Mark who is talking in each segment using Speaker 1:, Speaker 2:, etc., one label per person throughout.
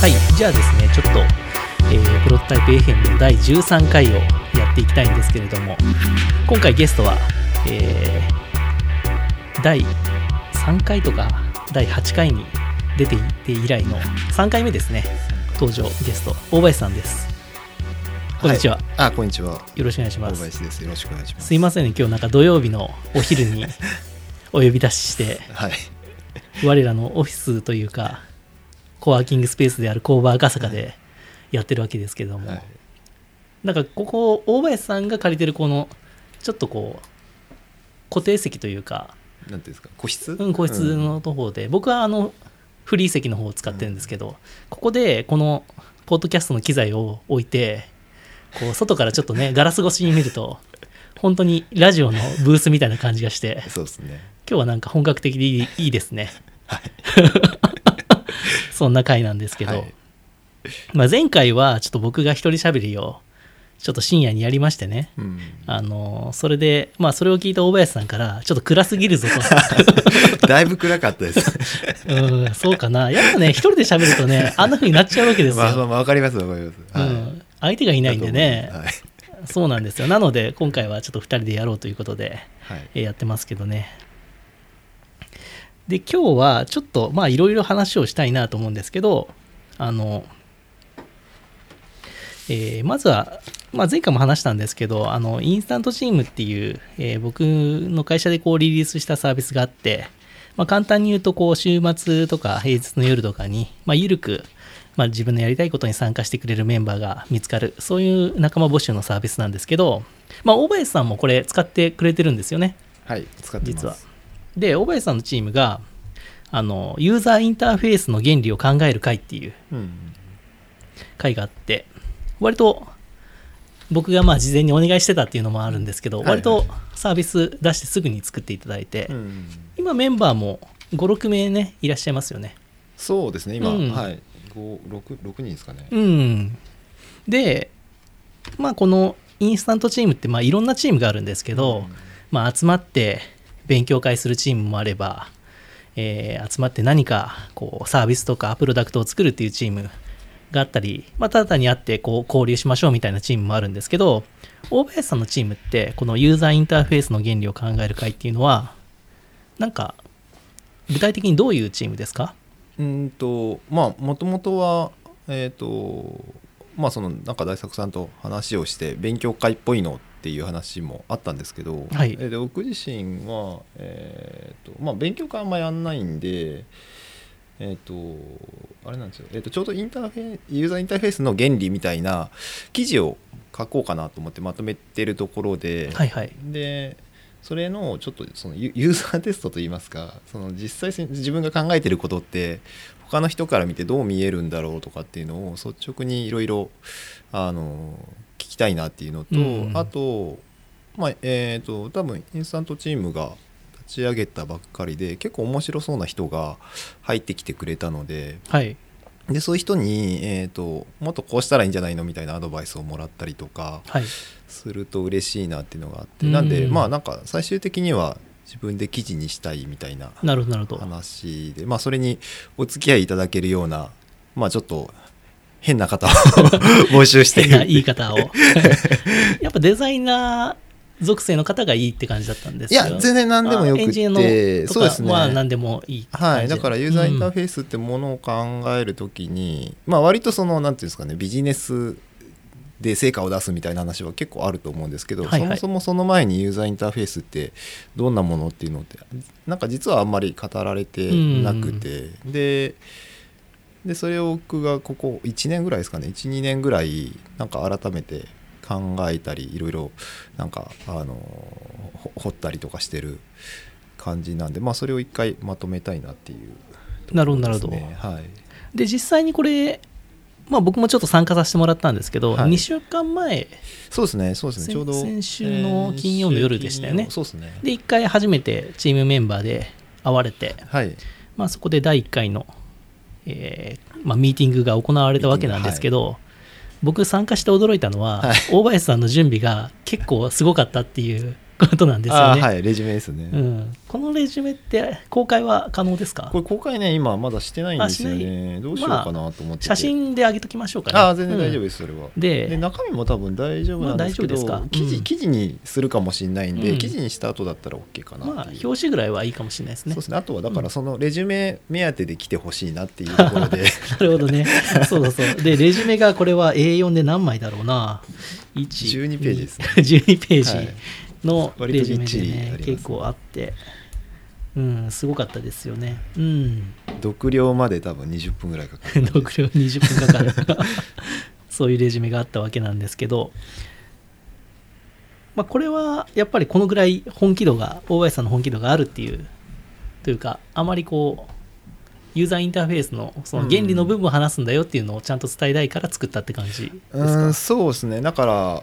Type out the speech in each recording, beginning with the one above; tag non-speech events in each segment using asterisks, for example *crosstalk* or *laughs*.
Speaker 1: はい、じゃあですね、ちょっと、えープロトタイプ FM の第13回をやっていきたいんですけれども、今回ゲストは、えー第3回とか第8回に出ていて以来の3回目ですね、登場ゲスト、大林さんです。こんにちは。
Speaker 2: いあこんにちは
Speaker 1: よろしくお願いし
Speaker 2: 大
Speaker 1: ます。
Speaker 2: 林ですよろしくお願いします
Speaker 1: すいませんね、今日なんか土曜日のお昼にお呼び出しして、
Speaker 2: はい
Speaker 1: 我らのオフィスというか、コワーキングスペースである工場赤坂でやってるわけですけども、
Speaker 2: はい
Speaker 1: なんかここ、大林さんが借りてるこの、ちょっとこう、固定席というか、
Speaker 2: なんていうんですか個室
Speaker 1: うん、個室
Speaker 2: うん
Speaker 1: の方で、僕はあの、フリー席の方を使ってるんですけど、ここでこの、ポッドキャストの機材を置いて、こう、外からちょっとね、ガラス越しに見ると、本当にラジオのブースみたいな感じがして、
Speaker 2: そうですね
Speaker 1: 今日はなんか本格的で
Speaker 2: *laughs*
Speaker 1: いいいいですね。そんな回なんですけど、
Speaker 2: はい
Speaker 1: まあ、前回はちょっと僕が一人喋りをちょっと深夜にやりましてね、 *laughs*
Speaker 2: うん
Speaker 1: あのそれで、まあ、それを聞いた大林さんからちょっと暗すぎるぞ
Speaker 2: *laughs* だいぶ暗かったです
Speaker 1: とうんそうかなやっぱね一人で喋るとねあんな風になっちゃうわけですよ、
Speaker 2: まあまあまあわかりますわかります
Speaker 1: う
Speaker 2: はい
Speaker 1: ん、相手がいないんでね、
Speaker 2: はい
Speaker 1: そうなんですよなので今回はちょっと2人でやろうということで
Speaker 2: はい
Speaker 1: えーやってますけどね。で今日はちょっとまあいろいろ話をしたいなと思うんですけどあの、えーまずは、まあ、前回も話したんですけどあのインスタントチームっていう、えー僕の会社でこうリリースしたサービスがあって、まあ、簡単に言うとこう週末とか平日の夜とかに、まあ、緩く、まあ、自分のやりたいことに参加してくれるメンバーが見つかるそういう仲間募集のサービスなんですけど、まあ、大林さんもこれ使ってくれてるんですよね。
Speaker 2: はい使ってます
Speaker 1: 実はで小林さんのチームがあのユーザーインターフェースの原理を考える会っていう
Speaker 2: うん
Speaker 1: 会があって割と僕がまあ事前にお願いしてたっていうのもあるんですけど
Speaker 2: はいは
Speaker 1: 割
Speaker 2: い
Speaker 1: とサービス出してすぐに作っていただいて、
Speaker 2: うん
Speaker 1: 今メンバーも56名ねいらっしゃいますよね
Speaker 2: そうですね今
Speaker 1: うん
Speaker 2: はい五六六人ですかね
Speaker 1: うんでまあこのインスタントチームってまあいろんなチームがあるんですけど、まあ、集まって勉強会するチームもあれば、えー集まって何かこうサービスとかプロダクトを作るっていうチームがあったり、まあ、ただ単に会ってこう交流しましょうみたいなチームもあるんですけど大林さんのチームってこのユーザーインターフェースの原理を考える会っていうのはなんか具体的にどういうチームですか
Speaker 2: うんとまあもともとはえっ、とまあそのなんか大作さんと話をして勉強会っぽいのっていう話もあったんですけど、
Speaker 1: はい
Speaker 2: えーで僕自身は、えーとまあ、勉強会あんまやんないんで、えー、とあれなんですよ、えー、とちょうどインターフェユーザーインターフェースの原理みたいな記事を書こうかなと思ってまとめてるところで、
Speaker 1: はいはい
Speaker 2: でそれのちょっとそのユユーザーテストといいますかその実際に自分が考えてることって他の人から見てどう見えるんだろうとかっていうのを率直にいろいろあの聞きたいなっていうのと、
Speaker 1: うん
Speaker 2: あと,、まあえー、と多分インスタントチームが立ち上げたばっかりで結構面白そうな人が入ってきてくれたので
Speaker 1: はい
Speaker 2: でそういう人に、えー、ともっとこうしたらいいんじゃないのみたいなアドバイスをもらったりとか、
Speaker 1: はい
Speaker 2: すると嬉しいなっていうのがあって
Speaker 1: うん
Speaker 2: なんでまあなんか最終的には自分で記事にしたいみたいな
Speaker 1: なるほどなるほど
Speaker 2: 話でまあそれにお付き合いいただけるようなまあちょっと変な方を *laughs* 募集して
Speaker 1: 変な言
Speaker 2: い
Speaker 1: い方をやっぱデザイナー属性の方がいいって感じだったんですよ
Speaker 2: や全然何でもよ
Speaker 1: あエ
Speaker 2: く
Speaker 1: ンジニア
Speaker 2: て
Speaker 1: のと
Speaker 2: そうです
Speaker 1: か
Speaker 2: ね
Speaker 1: は何でもいいって感
Speaker 2: は
Speaker 1: じ
Speaker 2: い、
Speaker 1: で
Speaker 2: だからユーザーインターフェースってものを考えるときに、まあ割とそのなんていうんですかねビジネスで成果を出すみたいな話は結構あると思うんですけど、
Speaker 1: はいはい
Speaker 2: そもそもその前にユーザーインターフェースってどんなものっていうのってなんか実はあんまり語られてなくて、ででそれを僕がここ1年ぐらいですかね12年ぐらいなんか改めて考えたりいろいろなんかあのほ掘ったりとかしてる感じなんでまあそれを一回まとめたいなっていうところ
Speaker 1: なるほ
Speaker 2: です
Speaker 1: ど
Speaker 2: ね、
Speaker 1: なる
Speaker 2: はい
Speaker 1: で実際にこれまあ僕もちょっと参加させてもらったんですけど、
Speaker 2: はい
Speaker 1: 2週間前
Speaker 2: そうですねそうですね
Speaker 1: 先
Speaker 2: ちょうど
Speaker 1: 先週の金曜の夜でしたよね
Speaker 2: えー先週金曜そうですね
Speaker 1: で1回初めてチームメンバーで会われて、
Speaker 2: はい
Speaker 1: まあ、そこで第1回の、えーまあ、ミーティングが行われたわけなんですけど、僕参加して驚いたのは、
Speaker 2: はい
Speaker 1: 大林さんの準備が結構すごかったっていうことなんですよね。
Speaker 2: あーはいレジュメですね、
Speaker 1: うん、このレジュメって公開は可能ですか
Speaker 2: これ公開ね今まだしてないんですよ
Speaker 1: あし
Speaker 2: ねどうしようかなと思ってて、
Speaker 1: 写真で上げときましょうかね。
Speaker 2: ああ全然大丈夫
Speaker 1: うん
Speaker 2: です、それは
Speaker 1: で
Speaker 2: で中身も多分大丈夫なんですけど、
Speaker 1: まあ大丈夫ですか
Speaker 2: 記
Speaker 1: うん
Speaker 2: 事記事にするかもしれないんで、
Speaker 1: うん
Speaker 2: 記事にした後だったら OK かなっていう、
Speaker 1: まあ、表紙ぐらいはいいかもしれないですね
Speaker 2: そうで。すねあとはだからそのレジュメ目当てで来てほしいなっていうと
Speaker 1: *laughs*
Speaker 2: ころで
Speaker 1: *laughs* なるほどね。そうそうそう。で、レジュメがこれは A4 で何枚だろうな。1
Speaker 2: 12ページですね。
Speaker 1: *laughs* 12ペー
Speaker 2: はい
Speaker 1: ジのレジュメで
Speaker 2: 割とぎっちりあり
Speaker 1: ね、
Speaker 2: ますね
Speaker 1: 結構あって、うん、すごかったですよね。うん。
Speaker 2: 読量まで多分20分ぐらいかかるんで
Speaker 1: 読量20分かかる *laughs* そういうレジュメがあったわけなんですけど、まあ、これはやっぱりこのぐらい本気度が大林さんの本気度があるっていうというかあまりこうユーザーインターフェースのその原理の部分を話すんだよっていうのをちゃんと伝えたいから作ったって感じです
Speaker 2: うー
Speaker 1: か
Speaker 2: んそうですねだから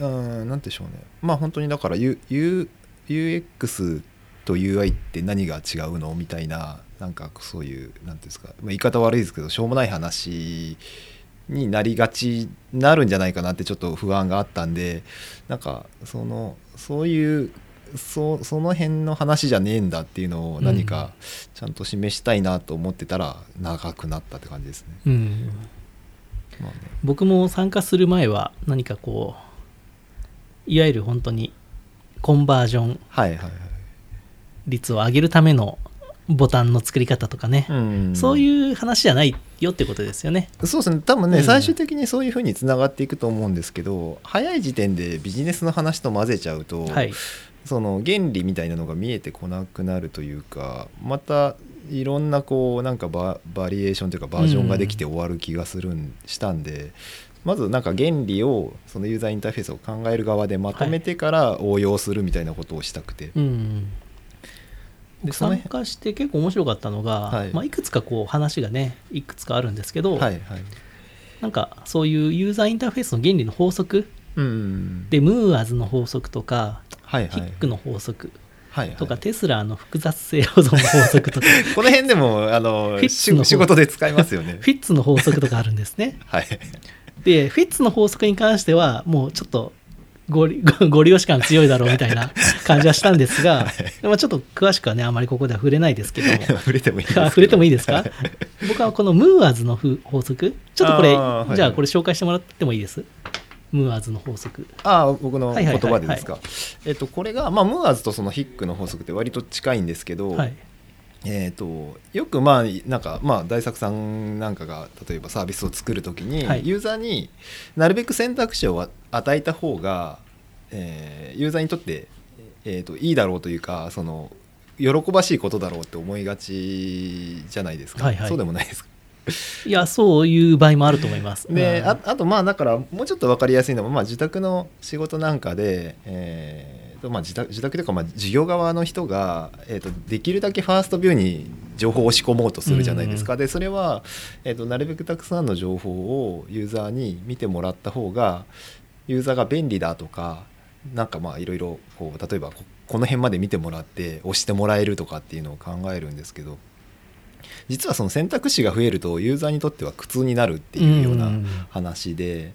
Speaker 2: うんなんでしょうねまあ本当にだから、U U、UX と UI って何が違うのみたいななんかそういうなんていうんですか、まあ、言い方悪いですけどしょうもない話になりがちなるんじゃないかなってちょっと不安があったんでなんかそのそういうそその辺の話じゃねえんだっていうのを何かちゃんと示したいなと思ってたら長くなったって感じですね。
Speaker 1: うん
Speaker 2: まあね
Speaker 1: 僕も参加する前は何かこういわゆる本当にコンバージョン
Speaker 2: はいはいはい
Speaker 1: 率を上げるためのボタンの作り方とかね、
Speaker 2: うん
Speaker 1: そういう話じゃないよってことですよね。
Speaker 2: そうですね多分ね、
Speaker 1: うん
Speaker 2: 最終的にそういうふうにつながっていくと思うんですけど早い時点でビジネスの話と混ぜちゃうと、
Speaker 1: はい。
Speaker 2: その原理みたいなのが見えてこなくなるというかまたいろんなこうなんかババリエーションというかバージョンができて終わる気がするん、したんでまずなんか原理をそのユーザーインターフェースを考える側でまとめてから応用するみたいなことをしたくて、
Speaker 1: うん。で
Speaker 2: 僕その
Speaker 1: 参
Speaker 2: 辺
Speaker 1: 加して結構面白かったのが、
Speaker 2: はい
Speaker 1: いまあ、いくつかこう話がねいくつかあるんですけど、
Speaker 2: はいはい
Speaker 1: なんかそういうユーザーインターフェースの原理の法則
Speaker 2: うん
Speaker 1: でムーアズの法則とか、
Speaker 2: はいは
Speaker 1: ヒ
Speaker 2: い
Speaker 1: ックの法則
Speaker 2: はいはい
Speaker 1: とか、テスラの複雑性保存の法則
Speaker 2: *laughs*
Speaker 1: とか
Speaker 2: この辺でもあの
Speaker 1: フィッツの方
Speaker 2: し仕事で使いますよね
Speaker 1: フィッツの法則とかあるんですね。
Speaker 2: はい
Speaker 1: でフィッツの法則に関してはもうちょっとごり *laughs* ごご利用し感強いだろうみたいな
Speaker 2: *laughs*
Speaker 1: 感じはしたんですが、まあ、ちょっと詳しくはねあまりここでは触れないですけども
Speaker 2: *laughs* 触れてもいいです
Speaker 1: あ触れてもいいです
Speaker 2: は
Speaker 1: か僕はこのムーアズのふ法則ちょっとこれ、
Speaker 2: あーはい
Speaker 1: じゃあこれ紹介してもらってもいいですムーアズの法則
Speaker 2: *laughs* ああ僕の
Speaker 1: はいは
Speaker 2: 言
Speaker 1: いはい
Speaker 2: 葉でですか、えっとこれが、まあ、ムーアーズとそのヒックの法則って割と近いんですけど、
Speaker 1: はい
Speaker 2: えっとよくまあなんか、まあ、大作さんなんかが例えばサービスを作るときに、
Speaker 1: はい
Speaker 2: ユーザーになるべく選択肢を与えた方が、えーユーザーにとって、えー、といいだろうというかその喜ばしいことだろうって思いがちじゃないですか、
Speaker 1: はいはい
Speaker 2: そうでもないですか
Speaker 1: いやそういう場合もあると思います
Speaker 2: で、
Speaker 1: うん
Speaker 2: ああとまあだからもうちょっと分かりやすいのは、まあ、自宅の仕事なんかで、えーとまあ、自宅自宅というかまあ事業側の人が、えー、とできるだけファーストビューに情報を仕込もうとするじゃないですか、でそれは、えー、となるべくたくさんの情報をユーザーに見てもらった方がユーザーが便利だとかなんかまあいろいろこう例えばここの辺まで見てもらって押してもらえるとかっていうのを考えるんですけど実はその選択肢が増えるとユーザーにとっては苦痛になるっていうような
Speaker 1: うん
Speaker 2: 話で。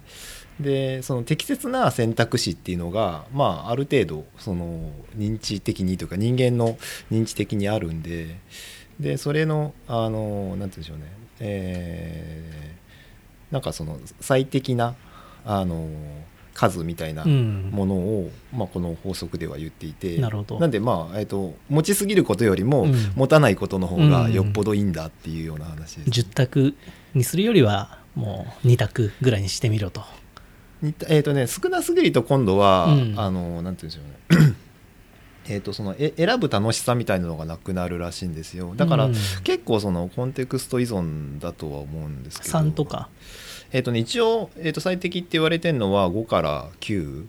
Speaker 2: でその適切な選択肢っていうのが、まあ、ある程度その認知的にというか人間の認知的にあるんででそれのあのなんて言うんでしょうね、えーなんかその最適なあの数みたいな
Speaker 1: うん
Speaker 2: ものを、まあ、この法則では言っていて
Speaker 1: なるほど
Speaker 2: んでまあ、えっと持ちすぎることよりも、
Speaker 1: うん
Speaker 2: 持たないことの方がよっぽどいいんだっていうような話です、
Speaker 1: 10択にするよりはもう2択ぐらいにしてみろと
Speaker 2: 似たえっ、とね少なすぎると今度は、
Speaker 1: うん
Speaker 2: あのなんて言うんでしょうね *clears throat* えっとそのえ選ぶ楽しさみたいなのがなくなるらしいんですよだから、
Speaker 1: うん
Speaker 2: 結構そのコンテクスト依存だとは思うんですけど
Speaker 1: 3とか
Speaker 2: えっ、とね一応、えー、と最適って言われてるのは5から9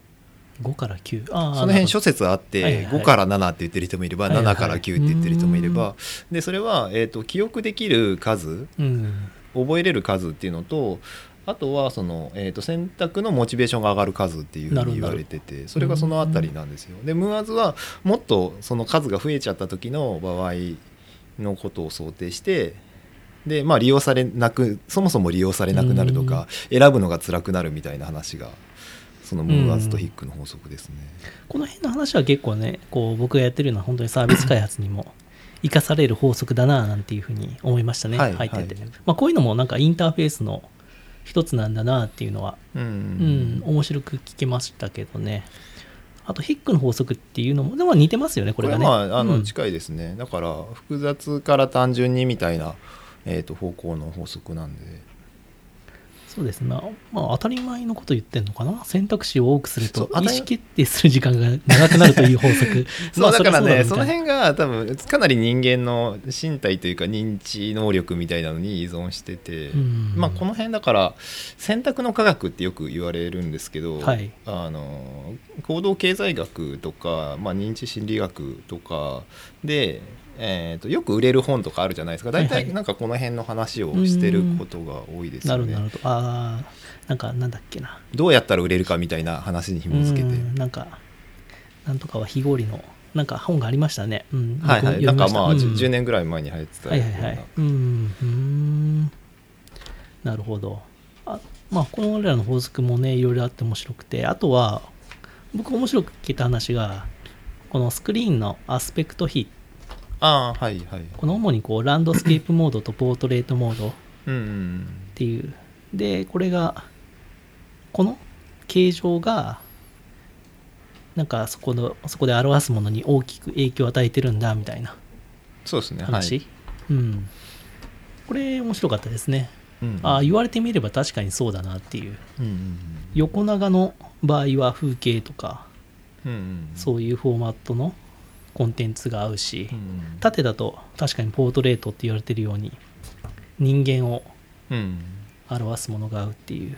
Speaker 1: 5から9ああ
Speaker 2: その辺諸説あって、
Speaker 1: はいはいはい
Speaker 2: 5から7って言ってる人もいれば、
Speaker 1: はいはい
Speaker 2: 7から9って言ってる人もいれば、
Speaker 1: う
Speaker 2: でそれは、えー、と記憶できる数
Speaker 1: うん
Speaker 2: 覚えれる数っていうのとあとはその、えー、と選択のモチベーションが上がる数っていうふ
Speaker 1: な
Speaker 2: う
Speaker 1: る
Speaker 2: に
Speaker 1: ほど
Speaker 2: 言われててそれがそのあたりなんですよ。でムーアズはもっとその数が増えちゃった時の場合のことを想定してで、まあ、利用されなくそもそも利用されなくなるとか選ぶのが辛くなるみたいな話がそのムーンアーツとヒックの法則ですね、
Speaker 1: この辺の話は結構ねこう僕がやってるような本当にサービス開発に
Speaker 2: *laughs*
Speaker 1: も生かされる法則だななんていうふうに思いましたね、
Speaker 2: はい
Speaker 1: 入ってて、
Speaker 2: はい
Speaker 1: まあ、こういうのもなんかインターフェースの一つなんだなっていうのは、
Speaker 2: うん
Speaker 1: うん、面白く聞けましたけどねあとヒックの法則っていうのもでも似てますよねこ
Speaker 2: こ
Speaker 1: れ
Speaker 2: れ
Speaker 1: が
Speaker 2: は
Speaker 1: ね
Speaker 2: まああ
Speaker 1: う
Speaker 2: の
Speaker 1: ん
Speaker 2: 近いですね、だから複雑から単純にみたいな、えー、と方向の法則なんで
Speaker 1: そうですね、まあ、まあ当たり前のこと言ってんのかな選択肢を多くすると
Speaker 2: そう
Speaker 1: 意
Speaker 2: 当たり
Speaker 1: 思決定する時間が長くなるという法則
Speaker 2: *laughs* そうだからねその
Speaker 1: 辺
Speaker 2: 辺が多分かなり人間の身体というか認知能力みたいなのに依存してて、
Speaker 1: うん
Speaker 2: まあ、この辺だから選択の科学ってよく言われるんですけど、
Speaker 1: はい
Speaker 2: あの行動経済学とか、まあ、認知心理学とかで、えー、とよく売れる本とかあるじゃないですか
Speaker 1: はい
Speaker 2: 大
Speaker 1: は
Speaker 2: 体
Speaker 1: い
Speaker 2: なんかこの辺の話をしてることが多いです
Speaker 1: な
Speaker 2: よ
Speaker 1: るほど
Speaker 2: ね。
Speaker 1: なるほどああなんかなんだっけな
Speaker 2: どうやったら売れるかみたいな話に紐づけて。
Speaker 1: うんなんかなんとかは非合理のなんか本がありましたね、うん、
Speaker 2: はいはい、
Speaker 1: 僕も読み
Speaker 2: なんか
Speaker 1: した
Speaker 2: まあ 10,
Speaker 1: うん
Speaker 2: 年ぐらい前に流行ってた
Speaker 1: はい
Speaker 2: よ
Speaker 1: はい
Speaker 2: うな
Speaker 1: はいうんうんなるほどあまあこの俺らの法則もねいろいろあって面白くてあとは僕面白く聞いた話がこのスクリーンのアスペクト比
Speaker 2: ああはいはい
Speaker 1: この主にこうランドスケープモードとポートレートモードっ
Speaker 2: うんうん
Speaker 1: ていうでこれがこの形状がなんかそこのそこで表すものに大きく影響を与えてるんだみたいな
Speaker 2: そうですね
Speaker 1: 話、
Speaker 2: はい
Speaker 1: うんこれ面白かったですね
Speaker 2: うん
Speaker 1: ああ言われてみれば確かにそうだなっていう
Speaker 2: うんうん
Speaker 1: 横長の場合は風景とか
Speaker 2: うんうん
Speaker 1: そういうフォーマットのコンテンツが合うし
Speaker 2: うんうん
Speaker 1: 縦だと確かにポートレートって言われてるように人間を
Speaker 2: うん
Speaker 1: 表すものが合うっていう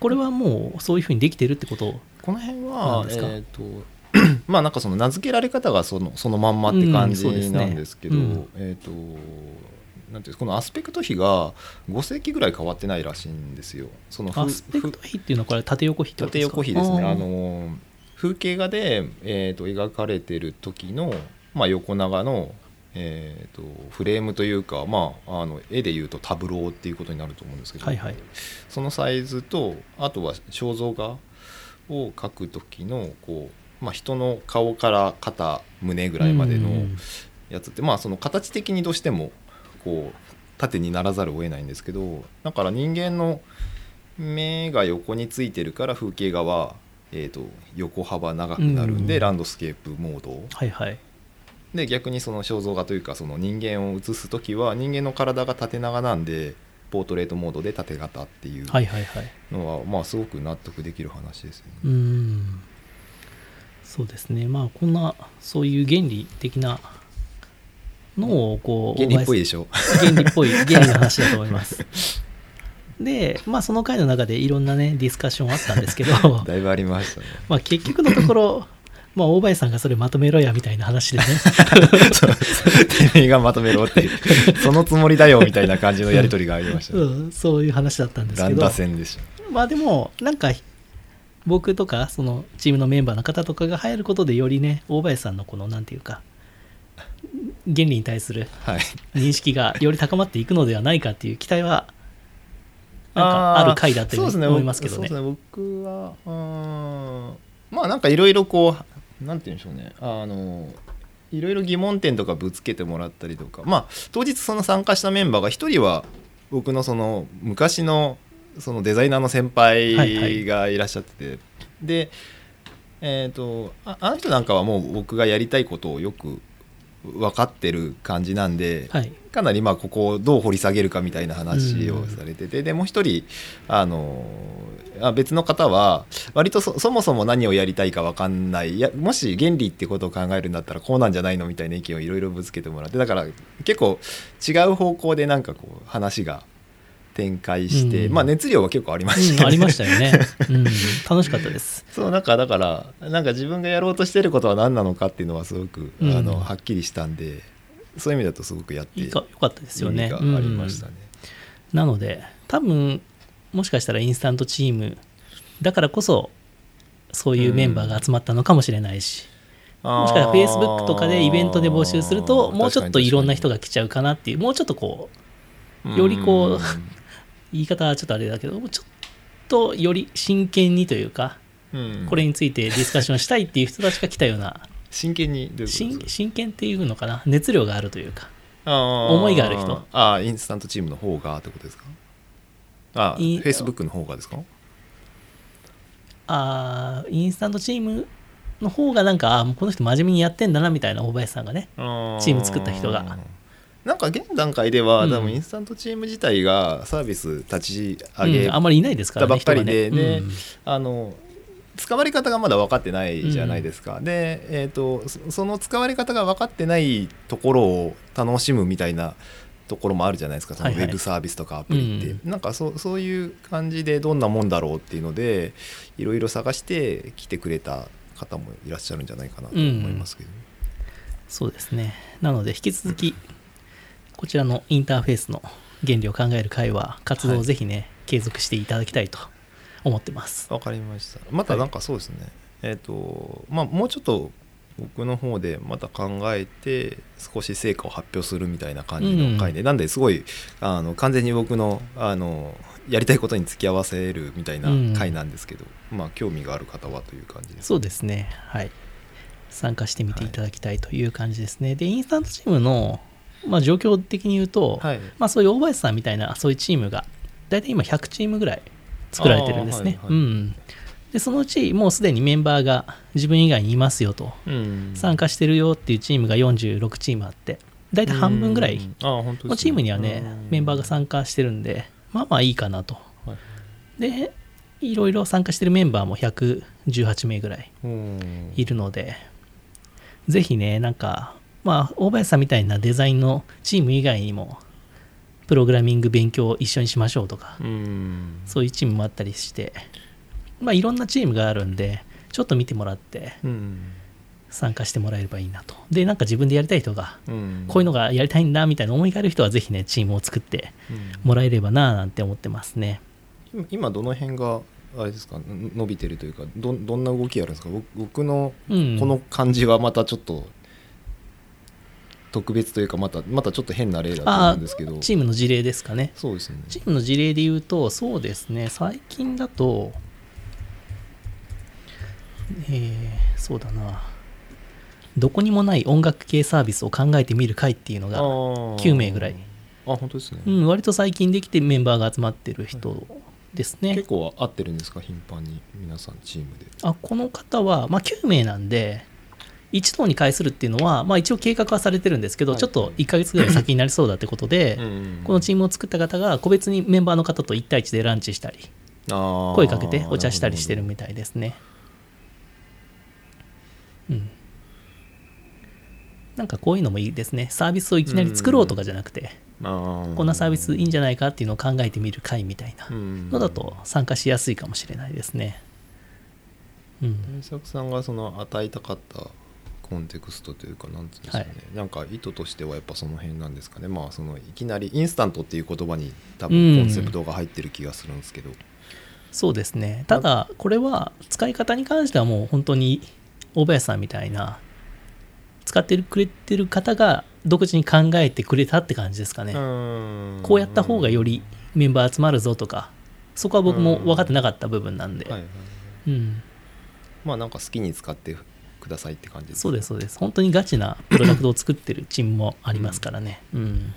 Speaker 1: これはもうそういうふうにできてるってこと
Speaker 2: この辺
Speaker 1: なん
Speaker 2: は
Speaker 1: ですか
Speaker 2: えっと *clears throat* まあなんかその名付けられ方がそのそのまんまって感
Speaker 1: うんそうです
Speaker 2: じ
Speaker 1: ね
Speaker 2: なんですけど
Speaker 1: うん
Speaker 2: えっとなんていうんですかこのアスペクト比が5世紀ぐらい変わってないらしいんですよ。そのふ
Speaker 1: アスペクト比っていうのはこれ縦横比ってこと
Speaker 2: 縦
Speaker 1: ですか
Speaker 2: 横比ですね
Speaker 1: ー
Speaker 2: あの風景画で、えー、と描かれてる時の、まあ、横長の、えー、とフレームというか、まあ、あの絵でいうとタブローっていうことになると思うんですけど、
Speaker 1: はいはい
Speaker 2: そのサイズとあとは肖像画を描く時のこう、まあ、人の顔から肩胸ぐらいまでの
Speaker 1: うん
Speaker 2: やつって、まあ、その形的にどうしてもこう縦にならざるを得ないんですけどだから人間の目が横についてるから風景画は、えー、と横幅長くなるんで、
Speaker 1: うん
Speaker 2: ランドスケープモード
Speaker 1: はいはい
Speaker 2: で逆にその肖像画というかその人間を写す時は人間の体が縦長なんでポートレートモードで縦型っていう
Speaker 1: はいはいはい
Speaker 2: のは、まあ、すごく納得できる話ですよね。
Speaker 1: うーんそうですねまあこんなそういう原理的なのをこう
Speaker 2: 原理っぽい
Speaker 1: オ
Speaker 2: でし
Speaker 1: ー
Speaker 2: ょ。
Speaker 1: バー原理っぽ
Speaker 2: *laughs*
Speaker 1: い原理の話だと思いますでまあその回の中でいろんなねディスカッションあったんですけ
Speaker 2: *laughs*
Speaker 1: ど
Speaker 2: だいぶありましたね。 *laughs*
Speaker 1: まあ結局のところまあ大林さんがそれまとめろやみたいな話でね
Speaker 2: てめえがまとめろっていうそのつもりだよみたいな感じのやり取りがありましたね、
Speaker 1: うん、そういう話だったんですけ
Speaker 2: 乱
Speaker 1: ど
Speaker 2: 打戦でし
Speaker 1: まあでもなんか僕とかそのチームのメンバーの方とかが入ることでよりね大林さんのこのなんていうか原理に対する *laughs*
Speaker 2: たはい
Speaker 1: 認識がより高まっていくのではないかっていう期待はなんかある回だったように思いますけどね
Speaker 2: そうですね僕はうーんまあなんかいろいろこうなんて言うんでしょうねあのいろいろ疑問点とかぶつけてもらったりとかまあ当日その参加したメンバーが一人は僕のその昔のそのデザイナーの先
Speaker 1: はいはい
Speaker 2: 輩がいらっしゃってて、でえっ、とああの人なんかはもう僕がやりたいことをよく分かってる感じなんで、
Speaker 1: はい
Speaker 2: かなりまあここをどう掘り下げるかみたいな話をされてて、でもう一人あのあ別の方は割とそそもそも何をやりたいか分かんないいやもし原理ってことを考えるんだったらこうなんじゃないのみたいな意見をいろいろぶつけてもらってだから結構違う方向でなんかこう話が展開して、
Speaker 1: うん
Speaker 2: まあ熱量は結構ありました
Speaker 1: うんありましたよね、うん、楽しかったです
Speaker 2: *laughs* そうなんかだからなんか自分がやろうとしてることは何なのかっていうのはすごく、
Speaker 1: うん
Speaker 2: あのはっきりしたんでそう *laughs* いう意味だとすごくやって
Speaker 1: いいか良かったですよね
Speaker 2: 意味がありましたね。
Speaker 1: なので多分もしかしたらインスタントチームだからこそそういうメンバーが集まったのかもしれないし、もしくは Facebook とかでイベントで募集するともうちょっといろんな人
Speaker 2: が
Speaker 1: が来ちゃうかなっていうもうちょっとこうよりこう言い方はちょっとあれだけどちょっとより真剣にというか、
Speaker 2: うん、
Speaker 1: これについてディスカッションしたいっていう人たちが来たような、
Speaker 2: 真剣にどういうことです
Speaker 1: 真
Speaker 2: か
Speaker 1: 真剣っていうのかな、熱量があるというか、
Speaker 2: あー
Speaker 1: 思いがある人
Speaker 2: ああインスタントチームの方がってことですかあフ
Speaker 1: い
Speaker 2: ェイスブックの方がですか
Speaker 1: あーインスタントチームの方がなんか、あーもうこの人真面目にやってんだなみたいな大林さんがね、チ
Speaker 2: チ
Speaker 1: ーム作った人が
Speaker 2: なんか現段階では、
Speaker 1: うん
Speaker 2: 多分インスタントチーム自体がサービス立ち上げ、
Speaker 1: うん、あんまりいないですからね、
Speaker 2: ばっかりで
Speaker 1: 人がね
Speaker 2: ねあの使われ方がまだ分かってないじゃないですか、で、えー、とそその使われ方が分かってないところを楽しむみたいなところもあるじゃないですかそのウ
Speaker 1: はいはい
Speaker 2: ェブサービスとかアプリって、
Speaker 1: うん
Speaker 2: なんかそそういう感じでどんなもんだろうっていうのでいろいろ探して来てくれた方もいらっしゃるんじゃないかなと思いますけど、
Speaker 1: うんそうですね、なので引き続き、こちらのインターフェースの原理を考える会は、活動をぜひね、継続していただきたいと思ってます。
Speaker 2: わかりましたまたなんかそうですね、えっ、とまあもうちょっと僕の方でまた考えて少し成果を発表するみたいな感じの回で、なんですごいあの完全に僕のあのやりたいことに付き合わせるみたいな回なんですけど、まあ興味がある方はという感じです
Speaker 1: そうですね、はい。参加してみていただきたいという感じですね。で、インスタントチームの、まあ、状況的に言うと、
Speaker 2: はい
Speaker 1: まあ、そういう大林さんみたいな、そういうチームが、大体今100チームぐらい作られてるんですね。
Speaker 2: あーはいはい
Speaker 1: うんで、そのうち、もうすでにメンバーが自分以外にいますよと、
Speaker 2: うん
Speaker 1: 参加してるよっていうチームが46チームあって、大体半分ぐらい
Speaker 2: うんあ本当ですね
Speaker 1: のチームにはね、メンバーが参加してるんで、まあまあいいかなと。
Speaker 2: うんはい
Speaker 1: で、いろいろ参加してるメンバーも118名ぐらい
Speaker 2: うん
Speaker 1: いるので、ぜひね、なんか、まあ、大林さんみたいなデザインのチーム以外にも、プログラミング勉強を一緒にしましょうとか、
Speaker 2: うん
Speaker 1: そういうチームもあったりして、まあ、いろんなチームがあるんで、ちょっと見てもらって、
Speaker 2: うん
Speaker 1: 参加してもらえればいいなと。で、なんか自分でやりたい人が、
Speaker 2: うん
Speaker 1: こういうのがやりたいんだみたいな思いがある人は、ぜひね、チームを作って
Speaker 2: うん
Speaker 1: もらえればなぁなんて思ってますね。
Speaker 2: 今今どの辺があれですかん伸びてるというかどんどんな動きあるんですか僕僕の
Speaker 1: うん。
Speaker 2: この感じはまたちょっと特別というかまたまたちょっと変な例だと思うんですけど
Speaker 1: チームの事例ですかね。
Speaker 2: そうですね
Speaker 1: チームの事例で言うと、そうですね、最近だと、えーそうだな、どこにもない音楽系サービスを考えてみる会っていうのが、9
Speaker 2: 9
Speaker 1: 名ぐらい
Speaker 2: あ本当ですね、
Speaker 1: うん、割と最近できてメンバーが集まってる人ですね。
Speaker 2: 結構合ってるんですか頻繁に皆さんチームで
Speaker 1: あこの方は、まあ、9名なんで、一堂に会するっていうのは、まあ、一応計画はされてるんですけど、
Speaker 2: はい
Speaker 1: ちょっと1ヶ月ぐらい先になりそうだってことで、このチ
Speaker 2: ー
Speaker 1: ームを作った方が個別にメンバーの方と1対1でランチしたり、
Speaker 2: ム
Speaker 1: 声かけてお茶したりしてるみたいですね。うん。なんかこういうのもいいですね。サービスをいきなり作ろうとかじゃなくて、こんなサービスいいんじゃないかっていうのを考えてみる会みたいなの
Speaker 2: の
Speaker 1: だと参加しやすいかもしれないですね。うん。
Speaker 2: 大作さんがその与えたかったコンテクストというかなんつうんですかね、なんか意図としてはやっぱその辺なんですかねまあそのいきなりインスタントっていう言葉に多
Speaker 1: うん
Speaker 2: 分コンセプトが入ってる気がするんですけど、
Speaker 1: そうですね。ただ、これは使い方に関してはもう本当に大林さんみたいな、使ってくれてる方が独自に考えてくれたって感じですかね。こうやった方がよりメンバー集まるぞとか、そこは僕も分かってなかった部分なんで、
Speaker 2: はいはい、
Speaker 1: うん、
Speaker 2: まあなんか好きに使ってくださいって感じ
Speaker 1: そうです、そうです、本当にガチなプロダクトを作ってるチームもありますからね、うん、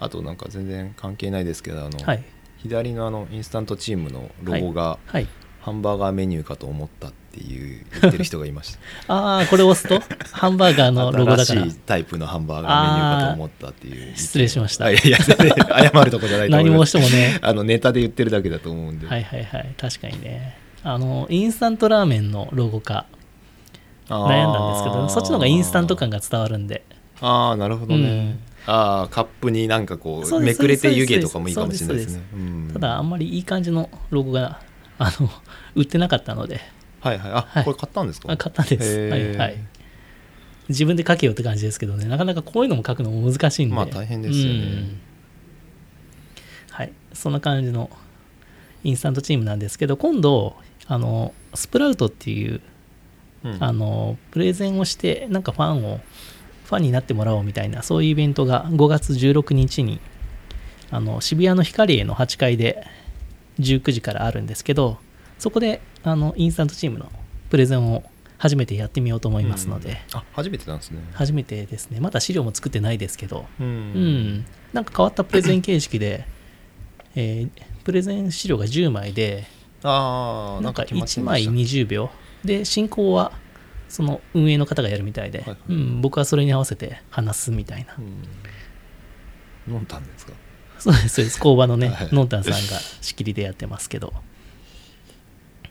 Speaker 2: あとなんか全然関係ないですけどあの、
Speaker 1: はい、
Speaker 2: 左のあのインスタントチームのロゴが
Speaker 1: はい、
Speaker 2: ハンバーガーメニューかと思ったっていう言ってる人がい
Speaker 1: *laughs*
Speaker 2: ました
Speaker 1: ああ、これを押す
Speaker 2: *laughs*
Speaker 1: と、ハンバーガーのロゴだから
Speaker 2: 新し、いタイプのハンバーガーメニューかと思ったっていう
Speaker 1: 失礼しました
Speaker 2: あいやいや全然謝るとこじゃないと思
Speaker 1: 何
Speaker 2: い
Speaker 1: も
Speaker 2: ま
Speaker 1: し
Speaker 2: す
Speaker 1: てもね、
Speaker 2: あのネタで言ってるだけだと思うんで、
Speaker 1: はいはいはい、確かにね、あの、インスタントラーメンのロゴか
Speaker 2: あー
Speaker 1: 悩んだんですけど、そっちの方がインスタント感が伝わるんで、
Speaker 2: ああなるほどね、ああカップになんかこうめくれて湯気とかもいいかもしれないですねうん
Speaker 1: ただ、あんまりいい感じのロゴが、 *laughs* あの、売ってなかったので、
Speaker 2: はいはいあ、
Speaker 1: はい
Speaker 2: これ買ったんですか
Speaker 1: あ買ったんです
Speaker 2: へー
Speaker 1: はいはい自分で書けよって感じですけどねなかなかこういうのも書くのも難しいんで
Speaker 2: まあ大変ですよね
Speaker 1: うんはいそんな感じのインスタントチームなんですけど今度あのスプラウトっていう
Speaker 2: うん
Speaker 1: あのプレゼンをしてなんかファンをファンになってもらおうみたいなそういうイベントが5月16日にあの渋谷のヒカリエの8階で19時からあるんですけどそこであのインスタントチームのプレゼンを初めてやってみようと思いますので、
Speaker 2: あ初めてなんですね
Speaker 1: 初めてですねまだ資料も作ってないですけど、
Speaker 2: うん、
Speaker 1: うん、なんか変わったプレゼン形式で、えープレゼン資料が10枚で
Speaker 2: ああ
Speaker 1: なんか
Speaker 2: 決まって
Speaker 1: 1
Speaker 2: ま
Speaker 1: 枚
Speaker 2: した
Speaker 1: 20秒で進行はその運営の方がやるみたいで、
Speaker 2: はいはい
Speaker 1: うん、僕はそれに合わせて話すみたいな、 *laughs*
Speaker 2: うん、飲んだんですか
Speaker 1: そうですそうです工場のね
Speaker 2: はい
Speaker 1: ノンタンさんが仕切りでやってますけど、